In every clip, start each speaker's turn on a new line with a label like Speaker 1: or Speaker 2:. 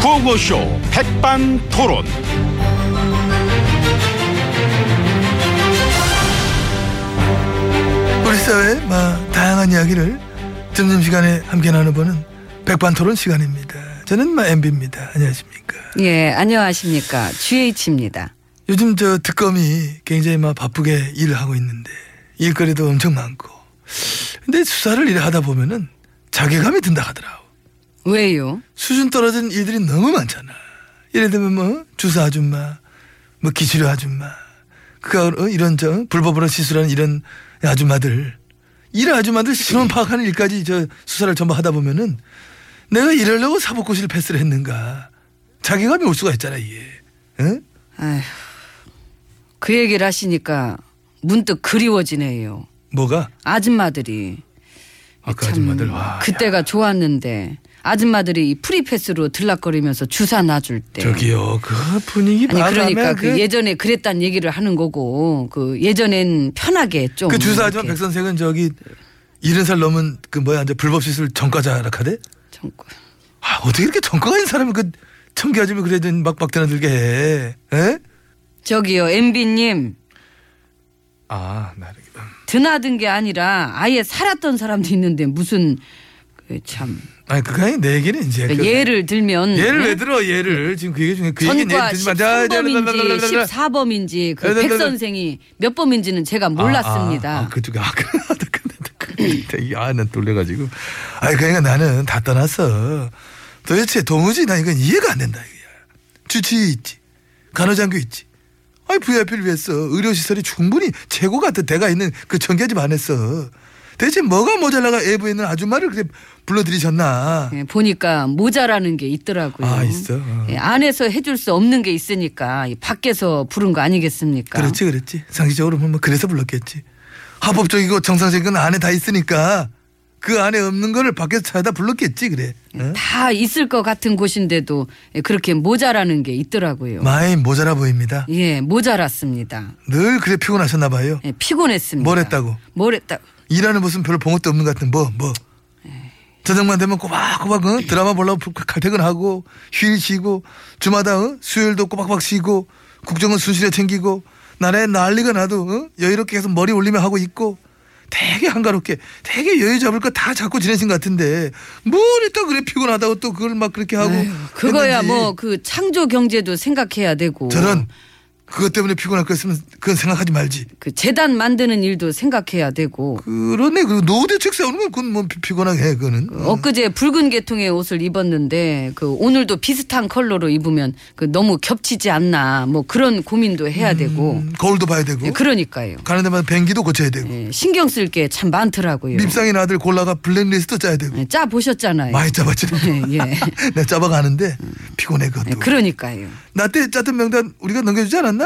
Speaker 1: 구호쇼 백반토론.
Speaker 2: 우리 사회의 마, 다양한 이야기를 점심시간에 함께 나눠보는 백반토론 시간입니다. 저는 마 MB입니다. 안녕하십니까.
Speaker 3: 예, 안녕하십니까. GH입니다.
Speaker 2: 요즘 저 특검이 굉장히 막 바쁘게 일을 하고 있는데 일거리도 엄청 많고 근데 수사를 일을 하다 보면은 자괴감이 든다 하더라고.
Speaker 3: 왜요?
Speaker 2: 수준 떨어진 일들이 너무 많잖아. 예를 들면 뭐 주사 아줌마, 뭐 기치료 아줌마, 그가 어, 이런 저 불법으로 시술하는 이런 아줌마들, 이런 아줌마들 신원 파악하는 일까지 저 수사를 전부 하다 보면은 내가 이러려고 사법고시를 패스를 했는가 자괴감이 올 수가 있잖아 이게. 응?
Speaker 3: 아휴, 그 얘기를 하시니까 문득 그리워지네요.
Speaker 2: 뭐가?
Speaker 3: 아줌마들이.
Speaker 2: 그 아까
Speaker 3: 참
Speaker 2: 아줌마들 와.
Speaker 3: 그때가 좋았는데 아줌마들이 이 프리패스로 들락거리면서 주사 놔줄 때.
Speaker 2: 야, 저기요 그 분위기
Speaker 3: 아니
Speaker 2: 바람에
Speaker 3: 그러니까 그
Speaker 2: 그-
Speaker 3: 예전에 그랬단 얘기를 하는 거고 그 예전엔 편하게 좀.
Speaker 2: 그 주사 아줌마
Speaker 3: 이렇게
Speaker 2: 백선생은 저기 이른 살 넘은 그 뭐야 이제 불법 시술 전과자 하락하대?
Speaker 3: 좀-
Speaker 2: 아, 어떻게 이렇게 전과가 있는 사람을 그 청기 아줌을 그래 좀 막박 드나들게 해? 에?
Speaker 3: 저기요 MB님
Speaker 2: 아, 나 이렇게.
Speaker 3: 드나든 게 아니라 아예 살았던 사람도 있는데 무슨 그참
Speaker 2: 아니 그거 아니 내 얘기는 이제 그,
Speaker 3: 그러니까 예를 들면
Speaker 2: 얘를
Speaker 3: 예?
Speaker 2: 왜 들어 얘를 지금 그 얘기 중에 그 얘기는
Speaker 3: 전과
Speaker 2: 얘를 듣지 마. 자, 자,
Speaker 3: 13범인지
Speaker 2: 랄랄랄랄랄라.
Speaker 3: 14범인지
Speaker 2: 네, 네, 네, 네.
Speaker 3: 그백 선생이 몇 범인지는 제가
Speaker 2: 아, 아, 아
Speaker 3: 몰랐습니다.
Speaker 2: 그쪽에 아, 그, 아, 그, 그, 그, 그, 아, 난 놀래가지고. 아니 그러니까 나는 다 떠났어. 도대체 도무지 난 이건 이해가 안 된다 이거야. 주치의 있지, 간호장교 있지. 아니 VIP를 위해서 의료시설이 충분히 최고 같은 대가 있는 그 청계집 안에서 대체 뭐가 모자라가 애부에 있는 아줌마를 그렇게 불러들이셨나?
Speaker 3: 예, 보니까 모자라는 게 있더라고요.
Speaker 2: 아, 있어? 어.
Speaker 3: 예, 안에서 해줄 수 없는 게 있으니까 이 밖에서 부른 거 아니겠습니까?
Speaker 2: 그렇지 그렇지 상식적으로 보면 그래서 불렀겠지 합법적이고 정상적인 건 안에 다 있으니까 그 안에 없는 거를 밖에서 찾아다 불렀겠지 그래 응?
Speaker 3: 다 있을 것 같은 곳인데도 예, 그렇게 모자라는 게 있더라고요.
Speaker 2: 많이 모자라 보입니다
Speaker 3: 예, 모자랐습니다.
Speaker 2: 늘 그래 피곤하셨나 봐요
Speaker 3: 예, 피곤했습니다.
Speaker 2: 뭘 했다고?
Speaker 3: 뭘 했다?
Speaker 2: 일하는 모습 별로 본 것도 없는 것 같은 뭐뭐 저녁만 되면 꼬박꼬박 응? 드라마 보려고 부- 그 칼퇴근하고 휴일 쉬고 주마다 응? 수요일도 꼬박꼬박 쉬고 국정은 순실에 챙기고 나라에 난리가 나도 응? 여유롭게 계속 머리 올리며 하고 있고 되게 한가롭게 되게 여유 잡을 거 다 잡고 지내신 것 같은데 뭘 또 그래 피곤하다고 또 그걸 막 그렇게 하고
Speaker 3: 아유, 그거야
Speaker 2: 어, 했는지.
Speaker 3: 뭐 그 창조 경제도 생각해야 되고
Speaker 2: 저는 그것 때문에 피곤할 거 있으면 그건 생각하지 말지
Speaker 3: 그 재단 만드는 일도 생각해야 되고
Speaker 2: 그러네 그 노후 대책 세우는 건 그건 뭐 피- 피곤하게 해 그거는
Speaker 3: 그 엊그제 붉은 계통의 옷을 입었는데 그 오늘도 비슷한 컬러로 입으면 그 너무 겹치지 않나 뭐 그런 고민도 해야 되고
Speaker 2: 음, 거울도 봐야 되고
Speaker 3: 예, 그러니까요
Speaker 2: 가는 데마다 뱅기도 고쳐야 되고
Speaker 3: 예, 신경 쓸 게 참 많더라고요
Speaker 2: 밉상인 아들 골라가 블랙리스트 짜야 되고
Speaker 3: 예, 짜 보셨잖아요
Speaker 2: 많이 짜봤지
Speaker 3: 예, 예.
Speaker 2: 내가 짜봐가는데 피곤해
Speaker 3: 예,
Speaker 2: 그것도
Speaker 3: 그러니까요
Speaker 2: 나 때 짰던 명단 우리가 넘겨주지 않았나?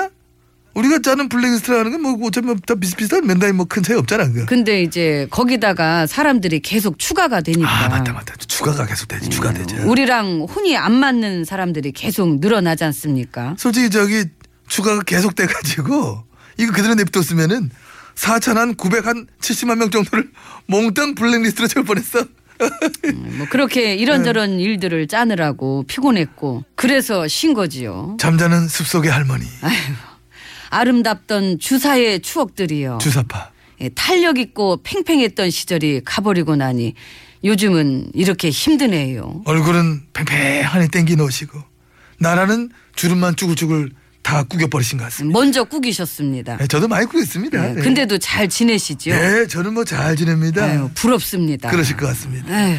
Speaker 2: 우리가 짜는 블랙리스트라는 건 뭐 어차피 뭐다 비슷비슷한 명단이 뭐 큰 차이 없잖아 그거
Speaker 3: 근데 이제 거기다가 사람들이 계속 추가가 되니까
Speaker 2: 아 맞다 맞다 추가가 계속 되지 추가
Speaker 3: 예,
Speaker 2: 되지
Speaker 3: 우리랑 혼이 안 맞는 사람들이 계속 늘어나지 않습니까
Speaker 2: 솔직히 저기 추가가 계속 돼가지고 이거 그대로 냅뒀으면은 4천 한 900 한 70만 명 정도를 몽땅 블랙리스트로 채울 뻔했어
Speaker 3: 뭐 그렇게 이런저런
Speaker 2: 네.
Speaker 3: 일들을 짜느라고 피곤했고 그래서 쉰 거지요
Speaker 2: 잠자는 숲속의 할머니
Speaker 3: 아휴, 아름답던 주사의 추억들이요.
Speaker 2: 주사파
Speaker 3: 예, 탄력 있고 팽팽했던 시절이 가버리고 나니 요즘은 이렇게 힘드네요.
Speaker 2: 얼굴은 팽팽하니 땡기 놓으시고 나라는 주름만 쭈글쭈글 다 구겨버리신 것 같습니다.
Speaker 3: 먼저 꾸기셨습니다.
Speaker 2: 네, 저도 많이 구겼습니다.
Speaker 3: 예,
Speaker 2: 네.
Speaker 3: 음. 근데도 잘 지내시죠?
Speaker 2: 네, 저는 뭐 잘 지냅니다.
Speaker 3: 아유, 부럽습니다.
Speaker 2: 그러실 것 같습니다.
Speaker 3: 아유,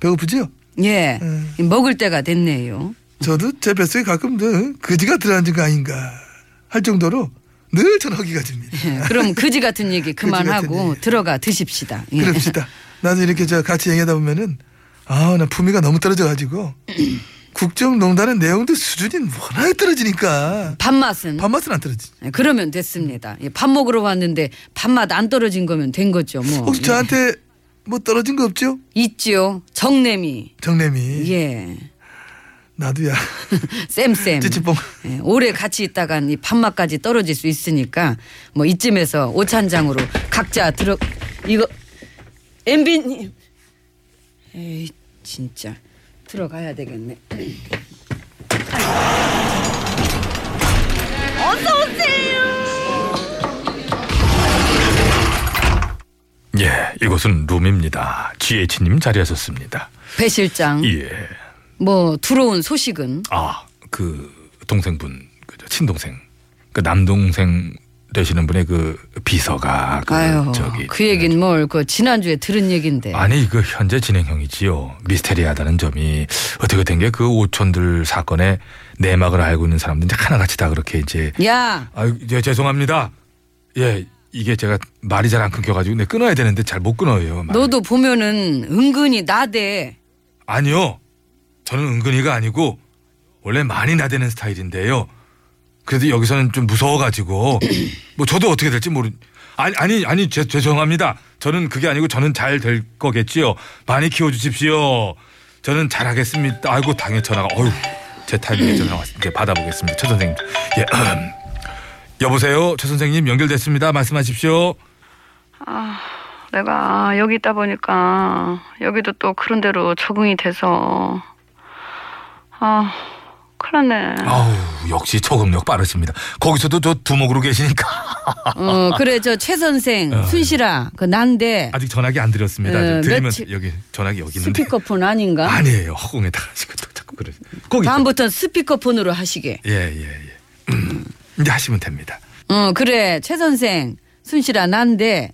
Speaker 2: 배고프지요?
Speaker 3: 예,
Speaker 2: 예.
Speaker 3: 먹을 때가 됐네요.
Speaker 2: 저도 제 뱃속에 가끔 늘 그지가 들어앉은 거 아닌가 할 정도로 늘 저는 허기가 집니다.
Speaker 3: 예, 그럼 그지 같은 얘기
Speaker 2: 같은
Speaker 3: 그만하고
Speaker 2: 얘기. 그렇죠.
Speaker 3: 들어가 드십시다. 예.
Speaker 2: 그럽시다. 나는 이렇게 저 같이 얘기하다 보면은 아, 나 품위가 너무 떨어져가지고 국정농단의 내용도 수준이 워낙 떨어지니까
Speaker 3: 밥맛은
Speaker 2: 밥맛은 안 떨어지지.
Speaker 3: 예, 그러면 됐습니다. 예, 밥 먹으러 왔는데 밥맛 안 떨어진 거면 된 거죠. 뭐
Speaker 2: 혹시 저한테 뭐 떨어진 거 없죠?
Speaker 3: 예. 있지요 정내미.
Speaker 2: 정래미
Speaker 3: 예.
Speaker 2: 나도야
Speaker 3: 쌤쌤.
Speaker 2: 찌찌뽕
Speaker 3: 예, 오래 같이 있다간 이 밥맛까지 떨어질 수 있으니까 뭐 이쯤에서 오찬장으로 각자 들어 이거 엠비님 에이 진짜 들어가야 되겠네.
Speaker 1: 예, 이곳은 룸입니다. GH님 자리하셨습니다.
Speaker 3: 배 실장
Speaker 1: 예.
Speaker 3: 뭐 들어온 소식은
Speaker 1: 아, 그 동생분, 그저 친동생, 그 남동생 되시는 분의 그 비서가 그
Speaker 3: 아유
Speaker 1: 저기 네.
Speaker 3: 그 얘긴 뭘 그 지난주에 들은 얘긴데
Speaker 1: 아니 이거 현재 진행형이지요. 미스테리하다는 점이 어떻게 된 게 그 오촌들 사건의 내막을 알고 있는 사람들 이제 하나같이 다 그렇게 이제
Speaker 3: 야
Speaker 1: 아, 예, 죄송합니다. 예, 이게 제가 말이 잘 안 끊겨가지고 내 끊어야 되는데 잘 못 끊어요. 말을.
Speaker 3: 너도 보면은 은근히 나대
Speaker 1: 아니요. 저는 은근히가 아니고 원래 많이 나대는 스타일인데요. 그래도 여기서는 좀 무서워가지고 뭐 저도 어떻게 될지 모르. 아니 아니 아니 죄, 죄송합니다. 저는 그게 아니고 저는 잘 될 거겠지요. 많이 키워주십시오. 저는 잘하겠습니다. 아이고 당연 전화가 어휴 제 타이밍에 전화 왔 이제 받아보겠습니다. 최 선생님 예 여보세요 최 선생님 연결됐습니다. 말씀하십시오.
Speaker 4: 아, 내가 여기 있다 보니까 여기도 또 그런 대로 적응이 돼서 아, 큰일 났네.
Speaker 1: 아우 역시 초급력 빠르십니다. 거기서도 저 두목으로 계시니까. 아,
Speaker 3: 어 그래 저 최 선생 순실아 그 난데
Speaker 1: 어. 아직 전화기 안 드렸습니다.
Speaker 3: 네,
Speaker 1: 좀 드리면
Speaker 3: 며칠-
Speaker 1: 여기 전화기 여기 있는데
Speaker 3: 스피커폰 아닌가
Speaker 1: 아니에요. 허공에다가 지금 또 자꾸 그래. 거기
Speaker 3: 다음부터 스피커폰으로 하시게
Speaker 1: 예예 예. 음, 이제 하시면 됩니다.
Speaker 3: 어 그래 최 선생 순실아 난데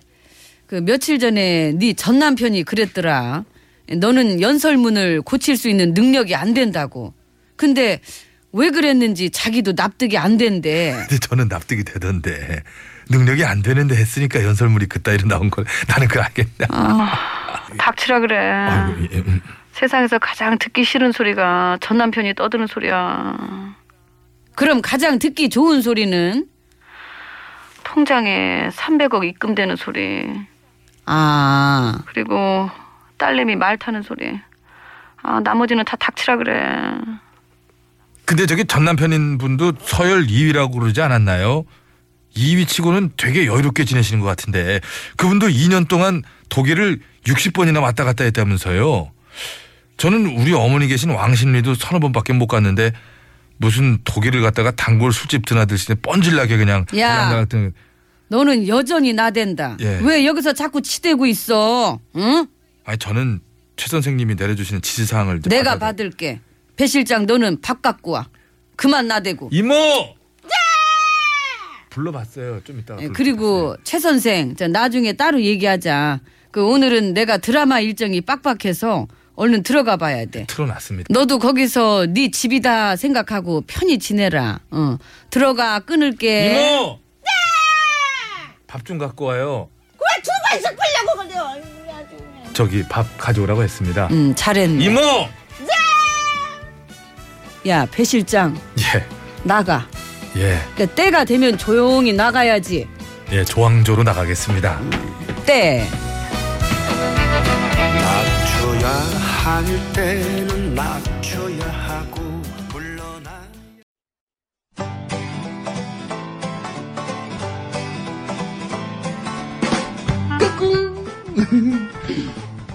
Speaker 3: 그 며칠 전에 네 전 남편이 그랬더라 너는 연설문을 고칠 수 있는 능력이 안 된다고 근데 왜 그랬는지 자기도 납득이 안 된대
Speaker 1: 근데 저는 납득이 되던데 능력이 안 되는데 했으니까 연설물이 그따위로 나온 걸 나는 그걸 알겠냐.
Speaker 4: 닥치라 그래.
Speaker 1: 예. 아이고, 예, 음.
Speaker 4: 세상에서 가장 듣기 싫은 소리가 전 남편이 떠드는 소리야.
Speaker 3: 그럼 가장 듣기 좋은 소리는
Speaker 4: 통장에 300억 입금되는 소리.
Speaker 3: 아
Speaker 4: 그리고 딸내미 말 타는 소리. 아, 나머지는 다 닥치라 그래.
Speaker 1: 근데 저기 전 남편인 분도 서열 2위라고 그러지 않았나요? 2위 치고는 되게 여유롭게 지내시는 것 같은데 그분도 2년 동안 독일을 60번이나 왔다 갔다 했다면서요. 저는 우리 어머니 계신 왕십리도 서너 번밖에 못 갔는데 무슨 독일을 갔다가 단골 술집 드나들시네 뻔질나게 그냥
Speaker 3: 야.
Speaker 1: 달랑달랑 뜨는-
Speaker 3: 너는 여전히 나댄다
Speaker 1: 예.
Speaker 3: 왜 여기서 자꾸 치대고 있어 응
Speaker 1: 아니 저는 최 선생님이 내려주시는 지시사항을 이제
Speaker 3: 내가
Speaker 1: 받아들-
Speaker 3: 받을게 배 실장 너는 밥 갖고 와 그만 나대고
Speaker 1: 이모 불러봤어요 좀 이따가
Speaker 3: 예,
Speaker 1: 불러-
Speaker 3: 그리고 최 선생 저 나중에 따로 얘기하자. 그 오늘은 내가 드라마 일정이 빡빡해서 얼른 들어가 봐야 돼.
Speaker 1: 네, 틀어놨습니다.
Speaker 3: 너도 거기서 네 집이다 생각하고 편히 지내라. 어. 들어가 끊을게.
Speaker 1: 이모! 밥 좀 갖고 와요. 왜 주방에서 끌려고 그래요? 저기 밥 가져오라고 했습니다.
Speaker 3: 음 잘했네.
Speaker 1: 이모!
Speaker 3: 야 배 실장
Speaker 1: 예,
Speaker 3: 나가.
Speaker 1: 예,
Speaker 3: 그러니까 때가 되면 조용히 나가야지.
Speaker 1: 예, 조항조로 나가겠습니다.
Speaker 3: 때.
Speaker 5: 낮춰야 할 때는 낮춰야 하고 물러나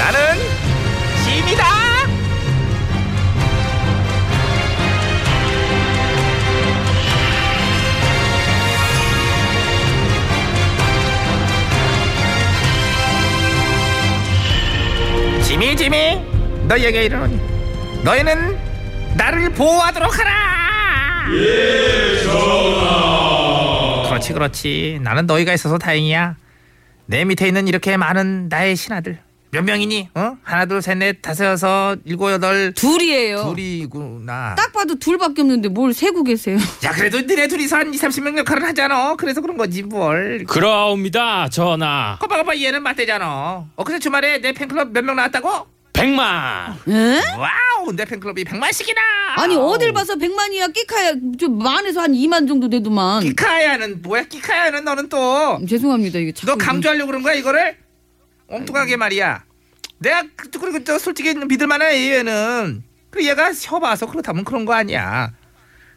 Speaker 6: 나는 짐이다. 짐이 짐이 너희에게 이르노니 너희는 나를 보호하도록 하라. 예, 그렇지 그렇지 나는 너희가 있어서 다행이야 내 밑에 있는 이렇게 많은 나의 신하들 몇 명이니? 어? 하나 둘 셋 넷 다섯 여섯 일곱 여덟
Speaker 3: 둘이에요.
Speaker 6: 둘이구나
Speaker 3: 딱 봐도 둘밖에 없는데 뭘 세고 계세요?
Speaker 6: 야 그래도 너네 둘이서 한 2, 30명 역할은 하잖아 그래서 그런 거지 뭘
Speaker 7: 그러옵니다 전하
Speaker 6: 거봐 거봐 얘는 맞대잖아 어, 엊그제 주말에 내 팬클럽 몇 명 나왔다고?
Speaker 7: 백만
Speaker 3: 에?
Speaker 6: 와우 내 팬클럽이 100만씩이나
Speaker 3: 아니 어딜 봐서 백만이야 끼카야 좀 만에서 한 2만 정도 되더만.
Speaker 6: 끼카야는 뭐야 끼카야는 너는 또 너
Speaker 3: 죄송합니다 이게 자꾸
Speaker 6: 강조하려고 그런 거야 이거를? 엉뚱하게 말이야 내가 그- 그리고 저 솔직히 믿을 만해 얘는 그 얘가 셔봐서 그렇다면 그런 거 아니야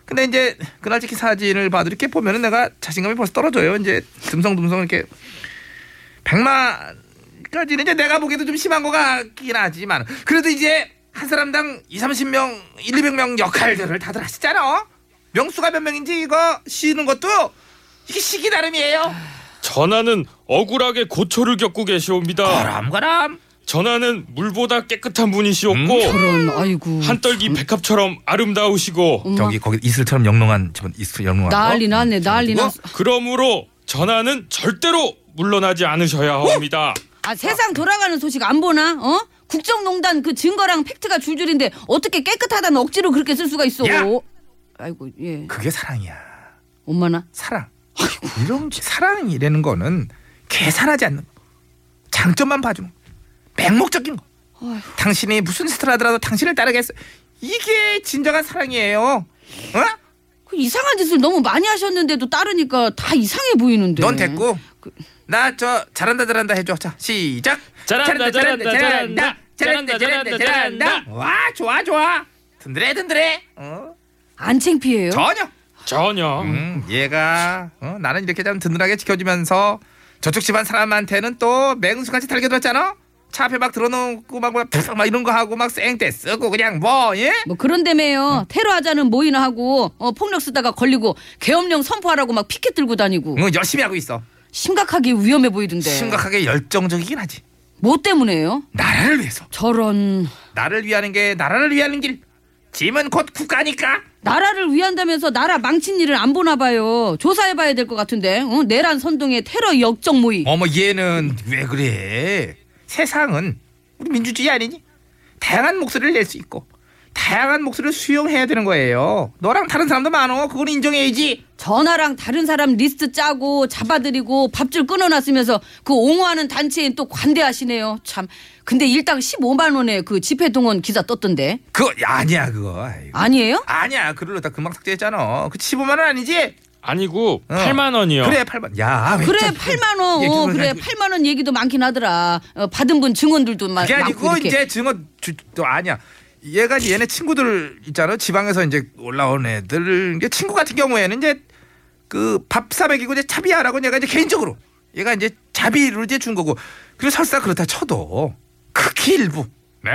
Speaker 6: 근데 이제 그날 찍힌 사진을 봐도 이렇게 보면은 내가 자신감이 벌써 떨어져요 이제 듬성듬성 이렇게 백만 까지는 이제 내가 보기에도 좀 심한 거 같긴 하지만 그래도 이제 한 사람당 2, 30명, 1, 200명 역할들을 다들 하시잖아. 어? 명수가 몇 명인지 이거 쉬는 것도 이게 시기 나름이에요.
Speaker 7: 전하는 억울하게 고초를 겪고 계시옵니다
Speaker 6: 거람 거람.
Speaker 7: 전하는 물보다 깨끗한
Speaker 6: 음,
Speaker 7: 분이시옵고
Speaker 3: 그런 아이고
Speaker 7: 한떨기 백합처럼 아름다우시고
Speaker 6: 음.
Speaker 3: 엄마.
Speaker 1: 저기 거기 이슬처럼 영롱한 집은 이슬 영롱한
Speaker 3: 난리 났네 난리
Speaker 7: 뭐?
Speaker 3: 났어.
Speaker 7: 그러므로 전하는 절대로 물러나지 않으셔야 합니다
Speaker 3: 아 세상 돌아가는 소식 안 보나? 어? 국정농단 그 증거랑 팩트가 줄줄인데 어떻게 깨끗하다는 억지로 그렇게 쓸 수가 있어?
Speaker 6: 야!
Speaker 3: 아이고 예
Speaker 6: 그게 사랑이야.
Speaker 3: 엄마나
Speaker 6: 사랑. 이런 게 사랑이라는 거는 계산하지 않는 거. 장점만 봐주는 거. 맹목적인 거. 당신이 무슨 짓을 하더라도 당신을 따르겠어. 이게 진정한 사랑이에요. 어?
Speaker 3: 그 이상한 짓을 너무 많이 하셨는데도 따르니까 다 이상해 보이는데.
Speaker 6: 넌 됐고 나 저 잘한다 잘한다 해줘 자 시작
Speaker 7: 잘한다, 잘한다,
Speaker 6: 잘한다
Speaker 7: 잘한다,
Speaker 6: 잘한다
Speaker 7: 잘한다,
Speaker 6: 잘한다
Speaker 7: 잘한다.
Speaker 6: 와 좋아 좋아 든든해 든든해 어?
Speaker 3: 안 창피해요?
Speaker 6: 전혀
Speaker 7: 전혀
Speaker 6: 음, 얘가 어? 나는 이렇게 좀 든든하게 지켜주면서 저쪽 집안 사람한테는 또 맹수같이 달겨들었잖아 차 앞에 막 들어놓고 막, 막, 팍, 막 이런 거 하고 막 쌩때 쓰고 그냥 뭐 예?
Speaker 3: 뭐 그런데매요 테러하자는 모의나 하고 어, 폭력 쓰다가 걸리고 계엄령 선포하라고 막 피켓 들고 다니고
Speaker 6: 응, 열심히 하고 있어
Speaker 3: 심각하게 위험해 보이던데.
Speaker 6: 심각하게 열정적이긴 하지
Speaker 3: 뭐 때문에요?
Speaker 6: 나라를 위해서
Speaker 3: 저런
Speaker 6: 나를 위하는 게 나라를 위하는 길 짐은 곧 국가니까
Speaker 3: 나라를 위한다면서 나라 망친 일을 안 보나 봐요. 조사해봐야 될 것 같은데. 어? 내란 선동의 테러 역적 모의.
Speaker 6: 어머 얘는 왜 그래? 세상은 우리 민주주의 아니니? 다양한 목소리를 낼 수 있고 다양한 목소리를 수용해야 되는 거예요. 너랑 다른 사람도 많어. 그건 인정해야지.
Speaker 3: 전화랑 다른 사람 리스트 짜고 잡아들이고 밥줄 끊어놨으면서 그 옹호하는 단체인 또 관대하시네요. 참. 근데 일당 15만 원에 그 집회 동원 기사 떴던데.
Speaker 6: 그거 아니야 그거. 아이고.
Speaker 3: 아니에요?
Speaker 6: 아니야 글을 다 금방 삭제했잖아. 그 15만 원 아니지?
Speaker 7: 아니고
Speaker 6: 어.
Speaker 7: 8만 원이요
Speaker 6: 그래 8만. 야 왜 예,
Speaker 3: 그래
Speaker 6: 참-
Speaker 3: 8만 원.
Speaker 6: 얘기
Speaker 3: 어,
Speaker 6: 좀
Speaker 3: 그래
Speaker 6: 해가지고.
Speaker 3: 8만 원 얘기도 많긴 하더라. 어, 받은 분 증언들도 마,
Speaker 6: 그게
Speaker 3: 많고
Speaker 6: 아니고
Speaker 3: 이렇게.
Speaker 6: 이제 증어 주, 또 아니야. 얘가 이제 얘네 친구들 있잖아. 지방에서 이제 올라온 애들 이제 친구 같은 경우에는 이제 그 밥 사먹이고 이제 차비하라고 얘가 이제 개인적으로 얘가 이제 자비를 이제 준 거고. 그리고 설사 그렇다 쳐도 극히 일부. 네?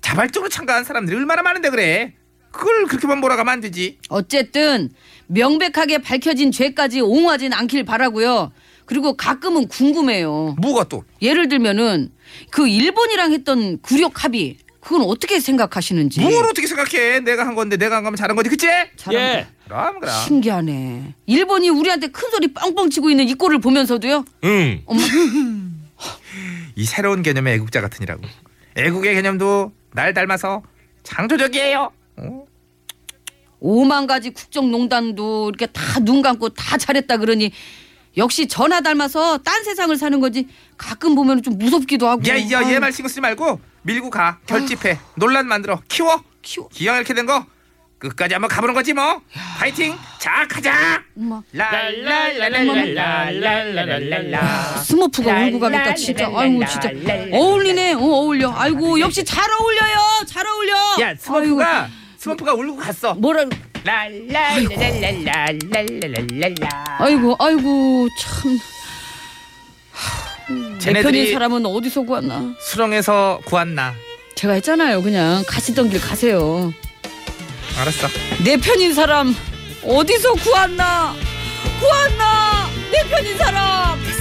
Speaker 6: 자발적으로 참가한 사람들이 얼마나 많은데 그래. 그걸 그렇게만 몰아가면 안 되지.
Speaker 3: 어쨌든 명백하게 밝혀진 죄까지 옹호하진 않길 바라고요. 그리고 가끔은 궁금해요.
Speaker 6: 뭐가 또
Speaker 3: 예를 들면은 그 일본이랑 했던 굴욕 합의 그건 어떻게 생각하시는지.
Speaker 6: 뭘 어떻게 생각해? 내가 한 건데 내가 한 거면 잘한 거지, 그치?
Speaker 3: 잘한다.
Speaker 7: 예
Speaker 6: 그럼 그럼.
Speaker 3: 신기하네. 일본이 우리한테 큰 소리 뻥뻥 치고 있는 이 꼴을 보면서도요.
Speaker 7: 응.
Speaker 6: 이 새로운 개념의 애국자 같으니라고. 애국의 개념도 날 닮아서 창조적이에요. 어?
Speaker 3: 오만 가지 국정농단도 이렇게 다 눈 감고 다 잘했다 그러니 역시 전화 닮아서 딴 세상을 사는 거지 가끔 보면 좀 무섭기도 하고.
Speaker 6: 야, 야,
Speaker 3: 네. 아유,
Speaker 6: 얘말 신경 쓰지 말고 밀고 가. 결집해. 논란 만들어. 키워.
Speaker 3: 키워.
Speaker 6: 기왕 이렇게 된 거. 끝까지 한번 가보는 거지 뭐. 파이팅. 자, 가자.
Speaker 3: 엄마.
Speaker 8: 랄랄랄랄랄랄랄랄라
Speaker 3: 스머프가 울고 가겠다 진짜 아이고 진짜 어울리네 어, 어울려 아이고 역시 잘 어울려요 잘 어울려
Speaker 6: 야, 스머프가 스머프가 울고 갔어.
Speaker 3: 아이고, 뭐라
Speaker 8: 랄랄랄랄랄랄랄라
Speaker 3: 아이고 아이고 참 내 편인
Speaker 6: 쟤네들이
Speaker 3: 사람은 어디서 구하나
Speaker 6: 수렁에서 구한나.
Speaker 3: 제가 했잖아요 그냥 가시던 길 가세요
Speaker 6: 알았어.
Speaker 3: 내 편인 사람 어디서 구하나 구하나 내 편인 사람